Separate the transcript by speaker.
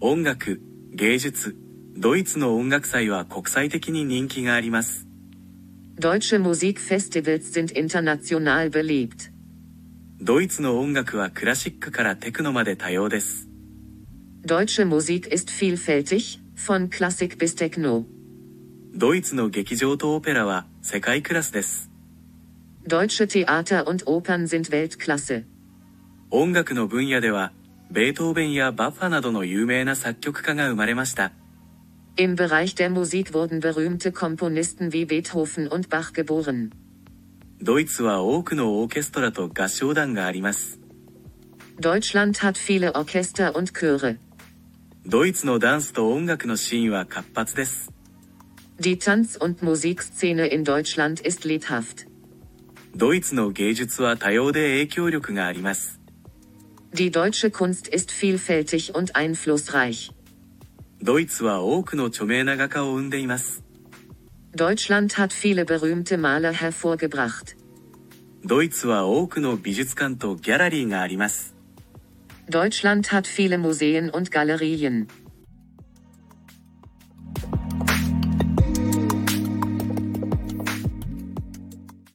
Speaker 1: 音楽、芸術、ドイツの音楽祭は国際的に人気があります。
Speaker 2: Deutsche Musikfestivals sind international beliebt.
Speaker 1: ドイツの音楽はクラシックからテクノまで多様です。
Speaker 2: Deutsche Musik ist vielfältig, von Klassik bis Techno.
Speaker 1: ドイツの劇場とオペラは世界クラスです。
Speaker 2: Deutsche Theater und Opern sind Weltklasse.
Speaker 1: 音楽の分野では、ベートーベンやバッファなどの有名な作曲家が生まれました。
Speaker 2: Im Bereich der Musik wurden berühmte Komponisten wie Beethoven und Bach geboren.
Speaker 1: ドイツは多くのオーケストラと合唱団があります。
Speaker 2: Deutschland hat viele Orchester und Chöre.
Speaker 1: ドイツのダンスと音楽のシーンは活発です。
Speaker 2: Die Tanz- und Musikszene in Deutschland ist lebhaft.
Speaker 1: ドイツの芸術は多様で影響力があります。
Speaker 2: Die deutsche Kunst ist vielfältig und einflussreich.
Speaker 1: ドイツは多くの著名な画家を生んでいます。
Speaker 2: Deutschland hat viele berühmte Maler hervorgebracht.
Speaker 1: ドイツは多くの美術館とギャラリーがあります。
Speaker 2: Deutschland hat viele Museen und Galerien.